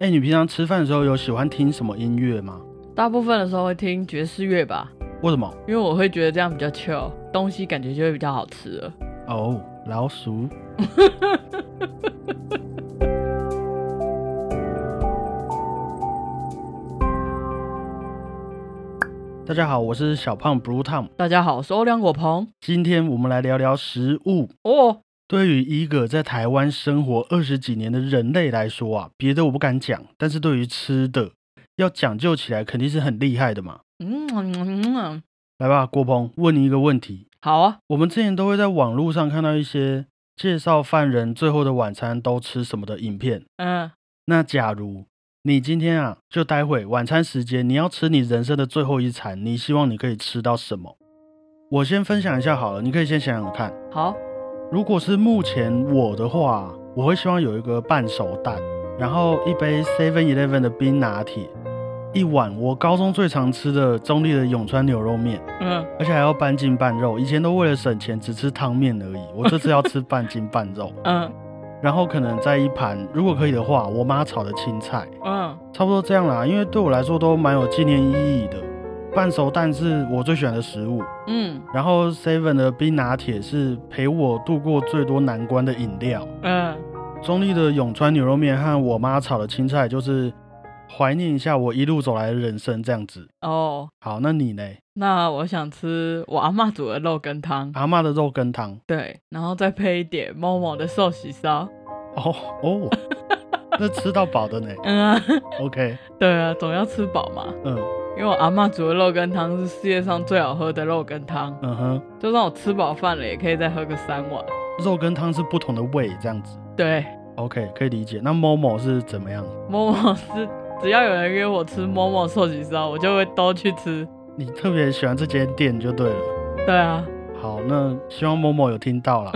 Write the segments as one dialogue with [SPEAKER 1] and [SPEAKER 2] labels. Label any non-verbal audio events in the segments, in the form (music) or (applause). [SPEAKER 1] 哎、你平常吃饭的时候有喜欢听什么音乐吗？
[SPEAKER 2] 大部分的时候会听爵士乐吧，
[SPEAKER 1] 为什么？
[SPEAKER 2] 因为我会觉得这样比较 chill，东西感觉就会比较好吃了。
[SPEAKER 1] 哦，老鼠。 (laughs) 大家好，我是小胖 Blue Tom。
[SPEAKER 2] 大家好，我是欧良果鹏。
[SPEAKER 1] 今天我们来聊聊食物。
[SPEAKER 2] 哦，
[SPEAKER 1] 对于一个在台湾生活二十几年的人类来说啊，别的我不敢讲，但是对于吃的，要讲究起来肯定是很厉害的嘛。
[SPEAKER 2] 嗯嗯嗯嗯，
[SPEAKER 1] 来吧，郭鹏，问你一个问题：
[SPEAKER 2] 好啊，
[SPEAKER 1] 我们之前都会在网络上看到一些介绍犯人最后的晚餐都吃什么的影片。
[SPEAKER 2] 嗯，
[SPEAKER 1] 那假如你今天啊，就待会晚餐时间，你要吃你人生的最后一餐，你希望你可以吃到什么？我先分享一下好了，你可以先想想看。
[SPEAKER 2] 好，
[SPEAKER 1] 如果是目前我的话，啊我会希望有一个半熟蛋，然后一杯 Seven Eleven 的冰拿铁，一碗我高中最常吃的中立的永川牛肉面，
[SPEAKER 2] 嗯，。
[SPEAKER 1] 而且还要半斤半肉。以前都为了省钱只吃汤面而已，我这次要吃半斤半肉
[SPEAKER 2] 嗯，
[SPEAKER 1] 然后可能在一盘，如果可以的话，我妈炒的青菜，
[SPEAKER 2] 嗯，
[SPEAKER 1] 差不多这样啦。因为对我来说都蛮有纪念意义的。半熟蛋是我最喜欢的食物，
[SPEAKER 2] 嗯，
[SPEAKER 1] 然后 Seven 的冰拿铁是陪我度过最多难关的饮料。
[SPEAKER 2] 嗯，
[SPEAKER 1] 中立的永川牛肉面和我妈炒的青菜，就是怀念一下我一路走来的人生这样子。
[SPEAKER 2] 哦，
[SPEAKER 1] 好，那你呢？
[SPEAKER 2] 那我想吃我阿妈煮的肉羹汤，
[SPEAKER 1] 阿妈的肉羹汤。
[SPEAKER 2] 对，然后再配一点某某的寿喜烧。
[SPEAKER 1] 哦哦，那吃到饱的呢
[SPEAKER 2] 嗯啊， (laughs)
[SPEAKER 1] ？OK，
[SPEAKER 2] 对啊，总要吃饱嘛。
[SPEAKER 1] 嗯
[SPEAKER 2] 因为我阿妈煮的肉羹汤是世界上最好喝的肉羹汤，
[SPEAKER 1] 嗯哼，
[SPEAKER 2] 就算我吃饱饭了，也可以再喝个三碗。
[SPEAKER 1] 肉羹汤是不同的味这样子。
[SPEAKER 2] 对，
[SPEAKER 1] OK，可以理解。那 Momo 是怎么样？
[SPEAKER 2] 某某是只要有人约我吃某某寿喜烧，我就会都去吃。
[SPEAKER 1] 你特别喜欢这间店就对了。
[SPEAKER 2] 对啊，
[SPEAKER 1] 好，那希望 Momo 有听到啦。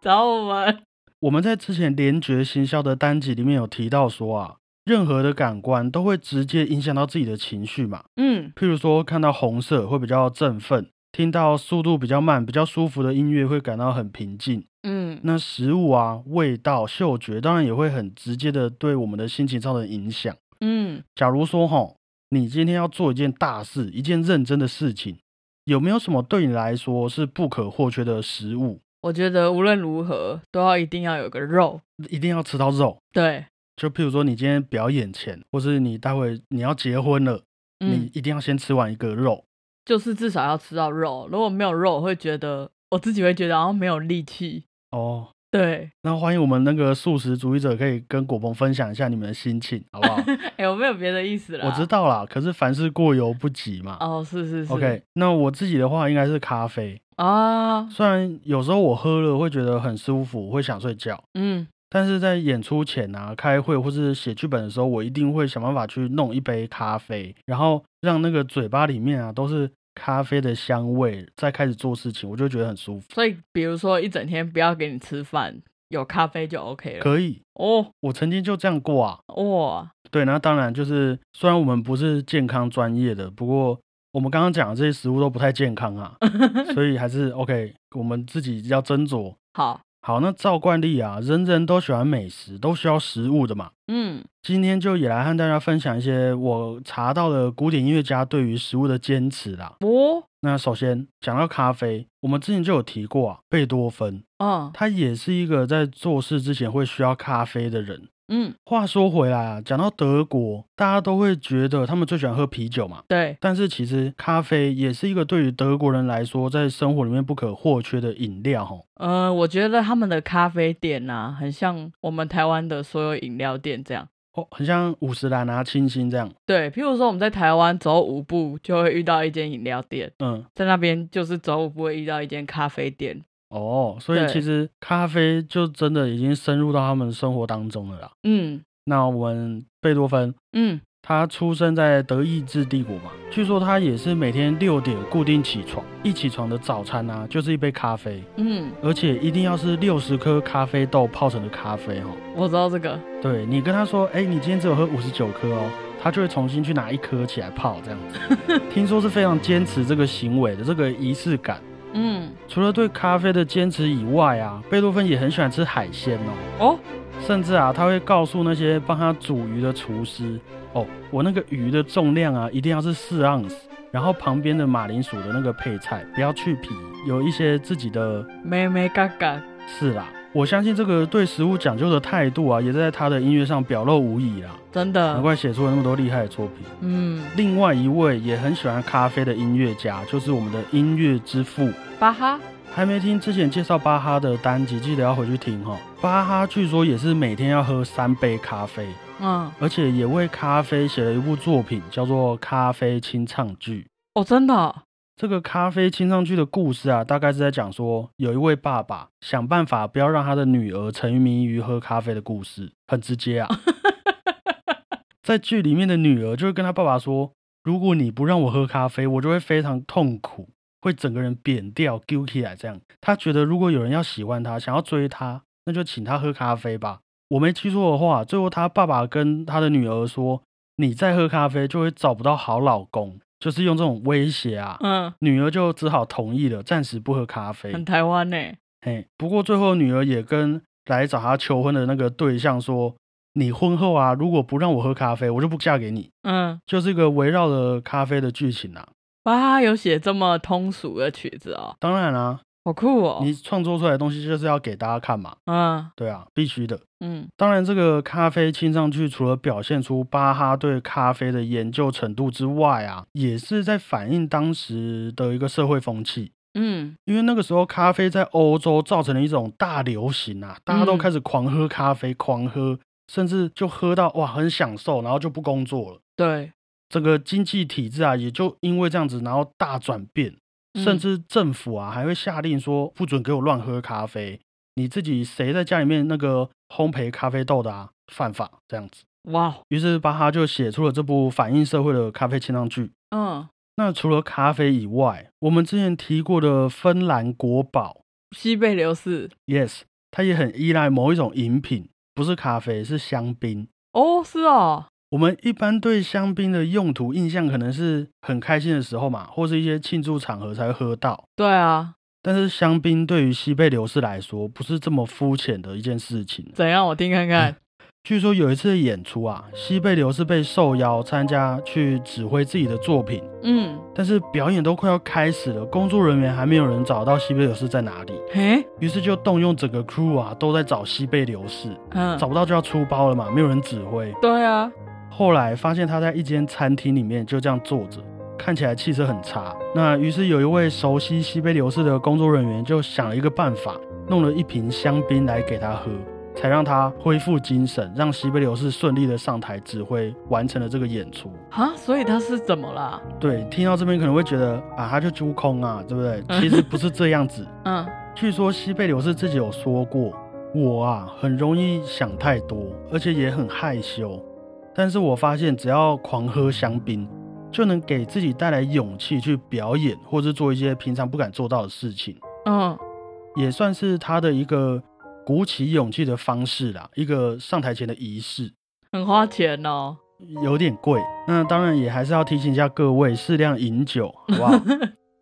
[SPEAKER 2] 找我们。
[SPEAKER 1] 我们在之前联觉行销的单集里面有提到说啊，任何的感官都会直接影响到自己的情绪嘛。
[SPEAKER 2] 嗯
[SPEAKER 1] 譬如说，看到红色会比较振奋，听到速度比较慢、比较舒服的音乐会感到很平静。
[SPEAKER 2] 嗯
[SPEAKER 1] 那食物啊、味道、嗅觉当然也会很直接的对我们的心情造成影响。
[SPEAKER 2] 嗯
[SPEAKER 1] 假如说哈，你今天要做一件大事、一件认真的事情，有没有什么对你来说是不可或缺的食物？
[SPEAKER 2] 我觉得无论如何都要一定要有个肉。
[SPEAKER 1] 一定要吃到肉。
[SPEAKER 2] 对，
[SPEAKER 1] 就譬如说，你今天表演前，或是你待会你要结婚了，你
[SPEAKER 2] 嗯，
[SPEAKER 1] 一定要先吃完一个肉。
[SPEAKER 2] 就是至少要吃到肉。如果没有肉，我会觉得我自己会觉得好像没有力气。
[SPEAKER 1] 哦，
[SPEAKER 2] (laughs) 对，
[SPEAKER 1] 那欢迎我们那个素食主义者可以跟果鹏分享一下你们的心情，好不
[SPEAKER 2] (laughs)
[SPEAKER 1] 好？
[SPEAKER 2] 哎、我没有别的意思啦。
[SPEAKER 1] 我知。道啦，可是凡事过犹不及嘛。
[SPEAKER 2] 哦，是是是。
[SPEAKER 1] OK，那我自己的话应该是咖啡，
[SPEAKER 2] 啊，
[SPEAKER 1] 虽然有时候我喝了会觉得很舒服，会想睡觉，
[SPEAKER 2] 嗯
[SPEAKER 1] 但是在演出前啊、开会或是写剧本的时候，我一定会想办法去弄一杯咖啡，然后让那个嘴巴里面啊都是咖啡的香味，再开始做事情，我就觉得很舒服。
[SPEAKER 2] 所以比如说一整天不要给你吃饭，有咖啡就 OK 了。
[SPEAKER 1] 可以，
[SPEAKER 2] 哦
[SPEAKER 1] 我曾经就这样过啊。
[SPEAKER 2] 哇，
[SPEAKER 1] 对，那当然就是，虽然我们不是健康专业的，不过我们刚刚讲的这些食物都不太健康啊，所以还是 OK，我们自己要斟酌。
[SPEAKER 2] 好，
[SPEAKER 1] 好，那照惯例啊，人人都喜欢美食，都需要食物的嘛。
[SPEAKER 2] 嗯
[SPEAKER 1] 今天就也来和大家分享一些我查到的古典音乐家对于食物的坚持啦。
[SPEAKER 2] 哦，
[SPEAKER 1] 那首先讲到咖啡，我们之前就有提过啊，贝多芬
[SPEAKER 2] 嗯
[SPEAKER 1] 他也是一个在做事之前会需要咖啡的人。
[SPEAKER 2] 嗯，
[SPEAKER 1] 话说回来啊，讲到德国，大家都会觉得他们最喜欢喝啤酒嘛。
[SPEAKER 2] 对，
[SPEAKER 1] 但是其实咖啡也是一个对于德国人来说，在生活里面不可或缺的饮料哈。
[SPEAKER 2] 呃，我觉得他们的咖啡店呐、很像我们台湾的所有饮料店这样。
[SPEAKER 1] 哦，很像五十岚啊、清新这样。
[SPEAKER 2] 对，譬如说我们在台湾走五步就会遇到一间饮料店，
[SPEAKER 1] 嗯，
[SPEAKER 2] 在那边就是走五步会遇到一间咖啡店。
[SPEAKER 1] 哦，所以
[SPEAKER 2] 对
[SPEAKER 1] 其实咖啡就真的已经深入到他们生活当中了啦。
[SPEAKER 2] 嗯
[SPEAKER 1] 那我们贝多芬
[SPEAKER 2] 嗯，
[SPEAKER 1] 他出生在德意志帝国嘛，据说他也是每天六点固定起床，一起床的早餐啊就是一杯咖啡，
[SPEAKER 2] 嗯，
[SPEAKER 1] 而且一定要是六十颗咖啡豆泡成的咖啡哦。
[SPEAKER 2] 我知道这个。
[SPEAKER 1] 对你跟他说，哎、你今天只有喝五十九颗哦，他就会重新去拿一颗起来泡这样子。听说是非常坚持这个行为的这个仪式感。
[SPEAKER 2] 嗯，
[SPEAKER 1] 除了对咖啡的坚持以外啊，贝多芬也很喜欢吃海鲜哦。
[SPEAKER 2] 哦，
[SPEAKER 1] 甚至啊，他会告诉那些帮他煮鱼的厨师，哦，我那个鱼的重量啊，一定要是四盎司，然后旁边的马铃薯的那个配菜不要去皮，有一些自己的
[SPEAKER 2] 妹妹嘎嘎，
[SPEAKER 1] 是啦。我相信这个对食物讲究的态度啊，也在他的音乐上表露无遗啦，
[SPEAKER 2] 真
[SPEAKER 1] 难
[SPEAKER 2] 的，
[SPEAKER 1] 怪写出了那么多厉害的作品。
[SPEAKER 2] 嗯，
[SPEAKER 1] 另外一位也很喜欢咖啡的音乐家，就是我们的音乐之父
[SPEAKER 2] 巴哈，
[SPEAKER 1] 还没听之前介绍巴哈的单集，记得要回去听哈、哦。巴哈据说也是每天要喝三杯咖啡，
[SPEAKER 2] 嗯，
[SPEAKER 1] 而且也为咖啡写了一部作品，叫做《咖啡清唱剧》。
[SPEAKER 2] 哦，真的哦，
[SPEAKER 1] 这个咖啡清唱剧的故事啊，大概是在讲说，有一位爸爸想办法不要让他的女儿沉迷于喝咖啡的故事，很直接啊。在剧里面的女儿就会跟他爸爸说：“如果你不让我喝咖啡，我就会非常痛苦，会整个人扁掉、丢起来这样。”他觉得如果有人要喜欢他，想要追他，那就请他喝咖啡吧。我没记错的话，最后他爸爸跟他的女儿说：“你再喝咖啡就会找不到好老公。”就是用这种威胁啊，
[SPEAKER 2] 嗯，
[SPEAKER 1] 女儿就只好同意了，暂时不喝咖啡。
[SPEAKER 2] 很台湾呢、
[SPEAKER 1] 嘿，不过最后女儿也跟来找她求婚的那个对象说：“你婚后啊，如果不让我喝咖啡，我就不嫁给你。
[SPEAKER 2] 嗯，”
[SPEAKER 1] 就是一个围绕着咖啡的剧情啊。
[SPEAKER 2] 巴哈有写这么通俗的曲子哦，
[SPEAKER 1] 当然啦、
[SPEAKER 2] 好酷哦，
[SPEAKER 1] 你创作出来的东西就是要给大家看嘛，
[SPEAKER 2] 嗯
[SPEAKER 1] 对啊，必须的。
[SPEAKER 2] 嗯
[SPEAKER 1] 当然，这个咖啡清上去，除了表现出巴哈对咖啡的研究程度之外啊，也是在反映当时的一个社会风气。
[SPEAKER 2] 嗯，
[SPEAKER 1] 因为那个时候咖啡在欧洲造成了一种大流行啊，大家都
[SPEAKER 2] 嗯
[SPEAKER 1] 开始狂喝咖啡，狂喝，甚至就喝到哇很享受，然后就不工作了。
[SPEAKER 2] 对，
[SPEAKER 1] 整个经济体制啊，也就因为这样子，然后大转变，甚
[SPEAKER 2] 嗯
[SPEAKER 1] 至政府啊还会下令说不准给我乱喝咖啡，你自己谁在家里面那个烘焙咖啡豆的啊，犯法这样子。
[SPEAKER 2] 哇，哦
[SPEAKER 1] 于是巴哈就写出了这部反映社会的咖啡清唱剧。
[SPEAKER 2] 嗯，
[SPEAKER 1] 那除了咖啡以外，我们之前提过的芬兰国宝
[SPEAKER 2] 西贝流士，
[SPEAKER 1] Yes，它也很依赖某一种饮品，不是咖啡，是香槟。
[SPEAKER 2] 哦，是哦，
[SPEAKER 1] 我们一般对香槟的用途印象可能是很开心的时候嘛，或是一些庆祝场合才会喝到。
[SPEAKER 2] 对啊，
[SPEAKER 1] 但是香槟对于西贝流士来说，不是这么肤浅的一件事情。
[SPEAKER 2] 怎样？我听看看，
[SPEAKER 1] 据说有一次的演出啊，西贝流士被受邀参加去指挥自己的作品，
[SPEAKER 2] 嗯，
[SPEAKER 1] 但是表演都快要开始了，工作人员还没有人找到西贝流士在哪里，
[SPEAKER 2] 嘿，
[SPEAKER 1] 于是就动用整个 crew 啊都在找西贝流士。
[SPEAKER 2] 嗯，
[SPEAKER 1] 找不到就要出包了嘛，没有人指挥。
[SPEAKER 2] 对啊，
[SPEAKER 1] 后来发现他在一间餐厅里面就这样坐着，看起来气色很差。那于是有一位熟悉西贝流士的工作人员就想了一个办法，弄了一瓶香槟来给他喝，才让他恢复精神，让西贝流士顺利的上台指挥，完成了这个演出。
[SPEAKER 2] 哈，所以他是怎么啦？
[SPEAKER 1] 对，听到这边可能会觉得啊，他就猪空啊，对不对？其实不是这样子。
[SPEAKER 2] 嗯，
[SPEAKER 1] 据说西贝流士自己有说过，我啊很容易想太多，而且也很害羞。但是我发现，只要狂喝香槟，就能给自己带来勇气去表演，或是做一些平常不敢做到的事情，
[SPEAKER 2] 嗯，
[SPEAKER 1] 也算是他的一个鼓起勇气的方式啦，一个上台前的仪式。
[SPEAKER 2] 很花钱哦，
[SPEAKER 1] 有点贵，那当然也还是要提醒一下各位，适量饮酒，好不好？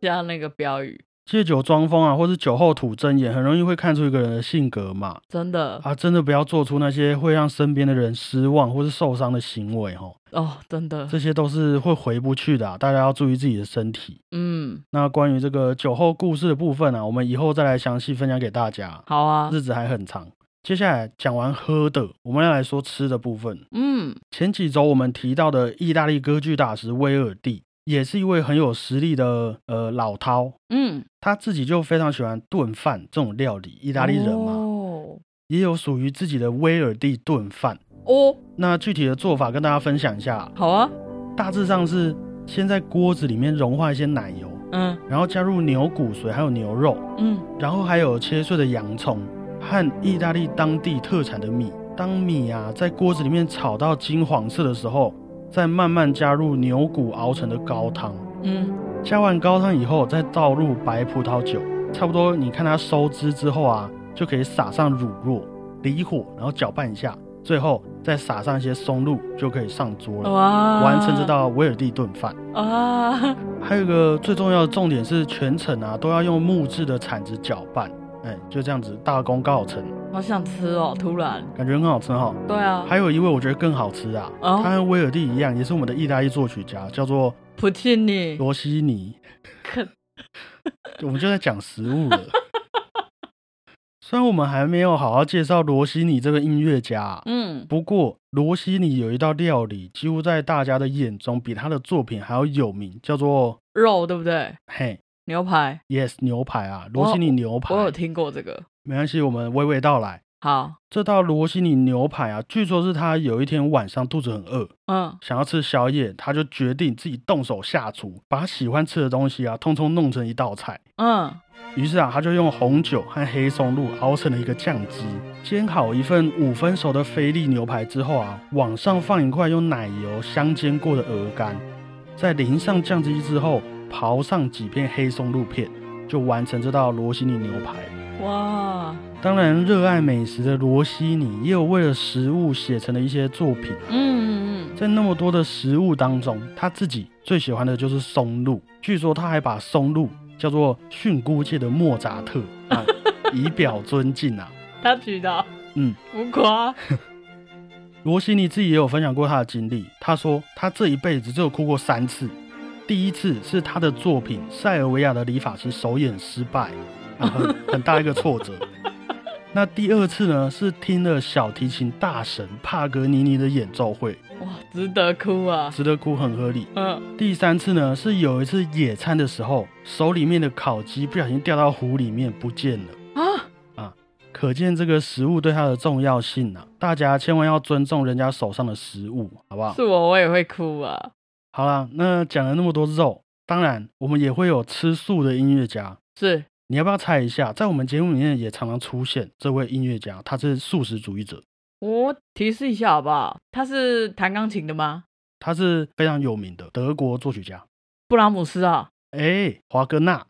[SPEAKER 2] 加那个标语，
[SPEAKER 1] 借酒装疯啊，或是酒后吐真言，很容易会看出一个人的性格嘛。
[SPEAKER 2] 真的，
[SPEAKER 1] 啊，真的不要做出那些会让身边的人失望或是受伤的行为哦，
[SPEAKER 2] 哦，真的，
[SPEAKER 1] 这些都是会回不去的啊、大家要注意自己的身体。
[SPEAKER 2] 嗯，
[SPEAKER 1] 那关于这个酒后故事的部分啊，我们以后再来详细分享给大家，
[SPEAKER 2] 好啊，
[SPEAKER 1] 日子还很长。接下来讲完喝的，我们要来说吃的部分。
[SPEAKER 2] 嗯，
[SPEAKER 1] 前几周我们提到的意大利歌剧大师威尔第，也是一位很有实力的呃老饕，
[SPEAKER 2] 嗯，
[SPEAKER 1] 他自己就非常喜欢炖饭这种料理，意
[SPEAKER 2] 意
[SPEAKER 1] 大利人嘛，
[SPEAKER 2] 哦，
[SPEAKER 1] 也有属于自己的威尔第炖饭。
[SPEAKER 2] 哦，
[SPEAKER 1] 那具体的做法跟大家分享一下，
[SPEAKER 2] 好啊，
[SPEAKER 1] 大致上是先在锅子里面融化一些奶油，
[SPEAKER 2] 嗯
[SPEAKER 1] 然后加入牛骨髓还有牛肉，
[SPEAKER 2] 嗯，
[SPEAKER 1] 然后还有切碎的洋葱和意大利当地特产的米。当米啊在锅子里面炒到金黄色的时候，再慢慢加入牛骨熬成的高汤。
[SPEAKER 2] 嗯，
[SPEAKER 1] 加完高汤以后，再倒入白葡萄酒，差不多你看它收汁之后啊，就可以撒上乳酪，离火，然后搅拌一下，最后再撒上一些松露，就可以上桌了，
[SPEAKER 2] 哇，
[SPEAKER 1] 完成这道威尔第炖饭。
[SPEAKER 2] 啊，
[SPEAKER 1] 还有一个最重要的重点是，全程啊都要用木质的铲子搅拌，哎，就这样子大功告成。
[SPEAKER 2] (laughs) 好想吃哦，突然。
[SPEAKER 1] 感觉很好吃哈。
[SPEAKER 2] 对啊，
[SPEAKER 1] 还有一位我觉得更好吃啊，
[SPEAKER 2] 哦
[SPEAKER 1] 他和威尔第一样，也是我们的意大利作曲家，叫做
[SPEAKER 2] 普契尼，
[SPEAKER 1] 罗西尼。
[SPEAKER 2] 可
[SPEAKER 1] 我们就在讲食物了。虽然我们还没有好好介绍罗西尼这个音乐家啊、
[SPEAKER 2] 嗯，
[SPEAKER 1] 不过罗西尼有一道料理，几乎在大家的眼中比他的作品还要有名，叫做
[SPEAKER 2] 肉对不对？
[SPEAKER 1] 嘿
[SPEAKER 2] 牛排，
[SPEAKER 1] yes 牛排啊，罗西尼牛排。
[SPEAKER 2] 我有听过这个。
[SPEAKER 1] 没关系，我们娓娓道来。
[SPEAKER 2] 好，
[SPEAKER 1] 这道罗西尼牛排啊，据说是他有一天晚上肚子很饿，
[SPEAKER 2] 嗯，
[SPEAKER 1] 想要吃宵夜，他就决定自己动手下厨，把他喜欢吃的东西啊，通通弄成一道菜。
[SPEAKER 2] 嗯，
[SPEAKER 1] 于是啊，他就用红酒和黑松露熬成了一个酱汁，煎好一份五分熟的菲力牛排之后啊，往上放一块用奶油香煎过的鹅肝，再淋上酱汁之后，刨上几片黑松露片，就完成这道罗西尼牛排。
[SPEAKER 2] 哇，
[SPEAKER 1] 当然，热爱美食的罗西尼也有为了食物写成的一些作品。
[SPEAKER 2] 嗯嗯
[SPEAKER 1] 在那么多的食物当中，他自己最喜欢的就是松露。据说他还把松露叫做菌菇界的莫扎特，啊、以表尊敬啊。
[SPEAKER 2] 嗯，他举的，
[SPEAKER 1] 嗯，
[SPEAKER 2] 浮夸，
[SPEAKER 1] 罗西尼自己也有分享过他的经历，他说他这一辈子只有哭过三次，第一次是他的作品《塞尔维亚的理发师》首演失败，啊、很很大一个挫折。那第二次呢，是听了小提琴大神帕格尼尼的演奏会，
[SPEAKER 2] 哇，值得哭啊，
[SPEAKER 1] 值得哭很合理。
[SPEAKER 2] 嗯，
[SPEAKER 1] 第三次呢，是有一次野餐的时候，手里面的烤鸡不小心掉到湖里面不见了。
[SPEAKER 2] 啊，
[SPEAKER 1] 可见这个食物对它的重要性啊！大家千万要尊重人家手上的食物，好不好？
[SPEAKER 2] 是我我也会哭啊，
[SPEAKER 1] 好啦，那讲了那么多肉，当然我们也会有吃素的音乐家。
[SPEAKER 2] 是
[SPEAKER 1] 你要不要猜一下，在我们节目里面也常常出现这位音乐家，他是素食主义者，
[SPEAKER 2] 我提示一下好不好？他是弹钢琴的吗？
[SPEAKER 1] 他是非常有名的德国作曲家。
[SPEAKER 2] 布拉姆斯啊？
[SPEAKER 1] 哎，华格纳，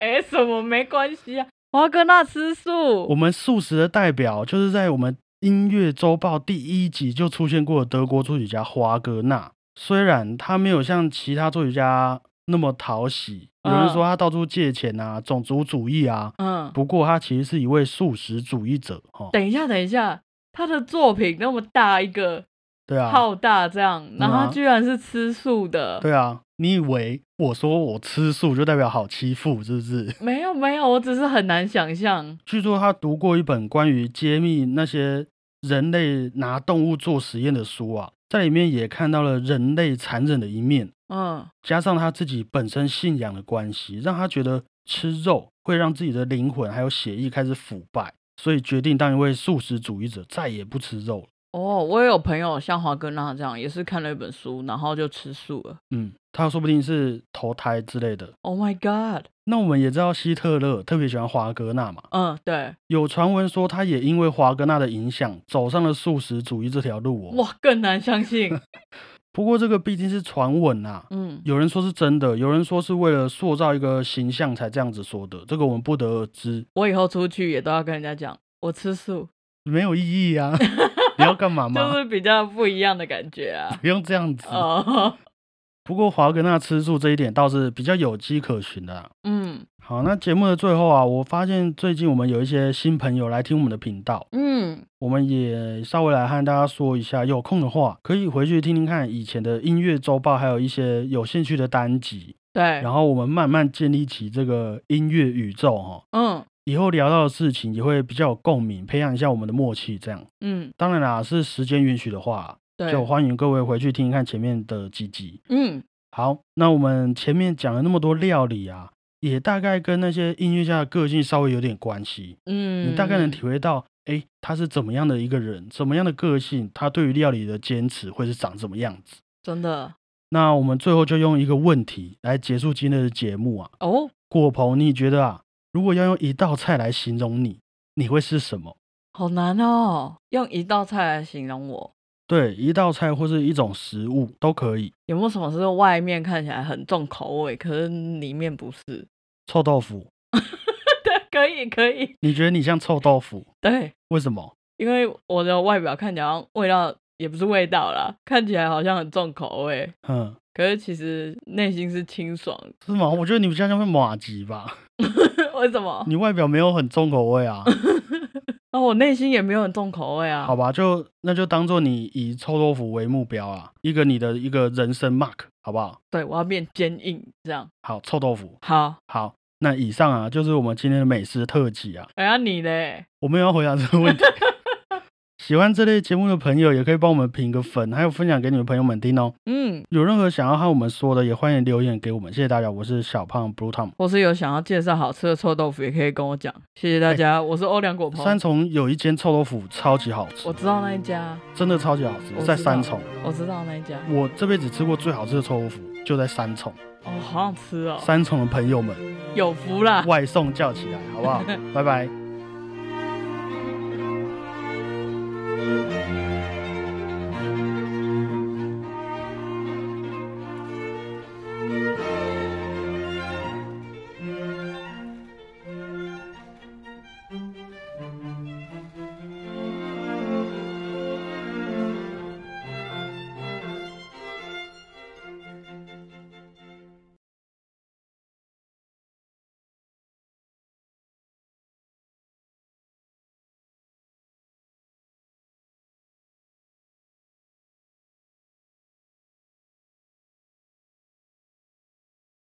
[SPEAKER 2] 哎，什么没关系啊？华格纳吃
[SPEAKER 1] 我
[SPEAKER 2] 素，
[SPEAKER 1] 们素食的代表，就是在我们音乐周报第一集就出现过的德国作曲家华格纳。虽然他没有像其他作曲家那么讨喜，有人
[SPEAKER 2] 嗯
[SPEAKER 1] 说他到处借钱啊、种族主义啊，
[SPEAKER 2] 嗯，
[SPEAKER 1] 不过他其实是一位素食主义者哦。
[SPEAKER 2] 等一下，等一下，他的作品那么大一个，
[SPEAKER 1] 对啊，
[SPEAKER 2] 浩大这样，然后
[SPEAKER 1] 啊
[SPEAKER 2] 他居然是吃素的。
[SPEAKER 1] 对啊，你以为我说我吃素就代表好欺负是不是？ (laughs)
[SPEAKER 2] 没有没有，我只是很难想象。
[SPEAKER 1] 据说他读过一本关于揭秘那些人类拿动物做实验的书啊，在里面也看到了人类残忍的一面，
[SPEAKER 2] 嗯，
[SPEAKER 1] 加上他自己本身信仰的关系，让他觉得吃肉会让自己的灵魂还有血液开始腐败，所以决定当一位素食主义者，再也不吃肉了。
[SPEAKER 2] 哦，我也有朋友像华哥那这样，也是看了一本书，然后就吃素了。
[SPEAKER 1] 嗯，他说不定是投胎之类的。
[SPEAKER 2] Oh my god！
[SPEAKER 1] 那我们也知道希特勒特别喜欢华格纳嘛，
[SPEAKER 2] 嗯，对，
[SPEAKER 1] 有传闻说他也因为华格纳的影响走上了素食主义这条路哦。
[SPEAKER 2] 哇，更难
[SPEAKER 1] (laughs)
[SPEAKER 2] 相信。
[SPEAKER 1] 不过这个毕竟是传闻啊，
[SPEAKER 2] 嗯，
[SPEAKER 1] 有人说是真的，有人说是为了塑造一个形象才这样子说的，这个我们不得而知，
[SPEAKER 2] 我以后出去也都要跟人家讲我吃素，
[SPEAKER 1] 没有意义啊。你要干嘛
[SPEAKER 2] 就
[SPEAKER 1] 吗？
[SPEAKER 2] 是比较不一样的感觉
[SPEAKER 1] (laughs)
[SPEAKER 2] 啊。
[SPEAKER 1] 不用这样子。
[SPEAKER 2] 哦，
[SPEAKER 1] 不过华格纳吃素这一点倒是比较有迹可循的、啊。
[SPEAKER 2] 嗯
[SPEAKER 1] 好，那节目的最后啊，我发现最近我们有一些新朋友来听我们的频道，
[SPEAKER 2] 嗯，
[SPEAKER 1] 我们也稍微来和大家说一下，有空的话可以回去听听看以前的音乐周报，还有一些有兴趣的单集，
[SPEAKER 2] 对，
[SPEAKER 1] 然后我们慢慢建立起这个音乐宇宙哦。
[SPEAKER 2] 嗯
[SPEAKER 1] 以后聊到的事情也会比较有共鸣，培养一下我们的默契。这样，
[SPEAKER 2] 嗯，
[SPEAKER 1] 当然啦，是时间允许的话，
[SPEAKER 2] 对，
[SPEAKER 1] 就欢迎各位回去听一看前面的几集。
[SPEAKER 2] 嗯
[SPEAKER 1] 好，那我们前面讲了那么多料理啊，也大概跟那些音乐家的个性稍微有点关系。
[SPEAKER 2] 嗯，
[SPEAKER 1] 你大概能体会到，哎，他是怎么样的一个人，什么样的个性，他对于料理的坚持会是长什么样子。
[SPEAKER 2] 真的
[SPEAKER 1] 那我们最后就用一个问题来结束今天的节目啊。
[SPEAKER 2] 哦，
[SPEAKER 1] 果鹏，你觉得啊，如果要用一道菜来形容你，你会是什么？
[SPEAKER 2] 好难哦，用一道菜来形容我，
[SPEAKER 1] 对，一道菜或是一种食物都可以。
[SPEAKER 2] 有没有什么是外面看起来很重口味，可是里面不是？ (laughs)
[SPEAKER 1] 臭豆腐，
[SPEAKER 2] 对，可以可以，
[SPEAKER 1] 你觉得你像臭豆腐？
[SPEAKER 2] 对，
[SPEAKER 1] 为什么？
[SPEAKER 2] 因为我的外表看起来好像味道也不是味道啦，看起来好像很重口味，
[SPEAKER 1] 嗯，
[SPEAKER 2] 可是其实内心是清爽的。 (laughs)
[SPEAKER 1] 是吗？我觉得你比较像会马吉吧，
[SPEAKER 2] 为什么？ (laughs)
[SPEAKER 1] 你外表没有很重口味啊。
[SPEAKER 2] 哦，我内心也没有很重口味啊。
[SPEAKER 1] 好吧，就那就当做你以臭豆腐为目标啊，一个你的一个人生 mark，好不好？
[SPEAKER 2] 对，我要变坚硬这样。
[SPEAKER 1] 好，臭豆腐，
[SPEAKER 2] 好，
[SPEAKER 1] 好。那以上啊，就是我们今天的美食特辑啊。
[SPEAKER 2] 哎呀，你嘞？
[SPEAKER 1] 我们要回答这个
[SPEAKER 2] (laughs)
[SPEAKER 1] 问题。喜欢这类节目的朋友，也可以帮我们评个分，还有分享给你们朋友们听哦。
[SPEAKER 2] 嗯，
[SPEAKER 1] 有任何想要和我们说的，也欢迎留言给我们。谢谢大家，我是小胖 Blue Tom。
[SPEAKER 2] 或是有想要介绍好吃的臭豆腐，也可以跟我讲。谢谢大家，我是欧良果
[SPEAKER 1] 哎三
[SPEAKER 2] 鹏。
[SPEAKER 1] 重有一间臭豆腐超级好吃
[SPEAKER 2] 我，知道那一家，
[SPEAKER 1] 真的超级好吃，
[SPEAKER 2] 我知
[SPEAKER 1] 在
[SPEAKER 2] 道
[SPEAKER 1] 三重。
[SPEAKER 2] 我知道那一家。
[SPEAKER 1] 我这辈子吃过最好吃的臭豆腐就在三重，
[SPEAKER 2] 哦，好想吃哦，
[SPEAKER 1] 三重的朋友们
[SPEAKER 2] 有福啦。
[SPEAKER 1] 外送叫起来，好不好？拜拜。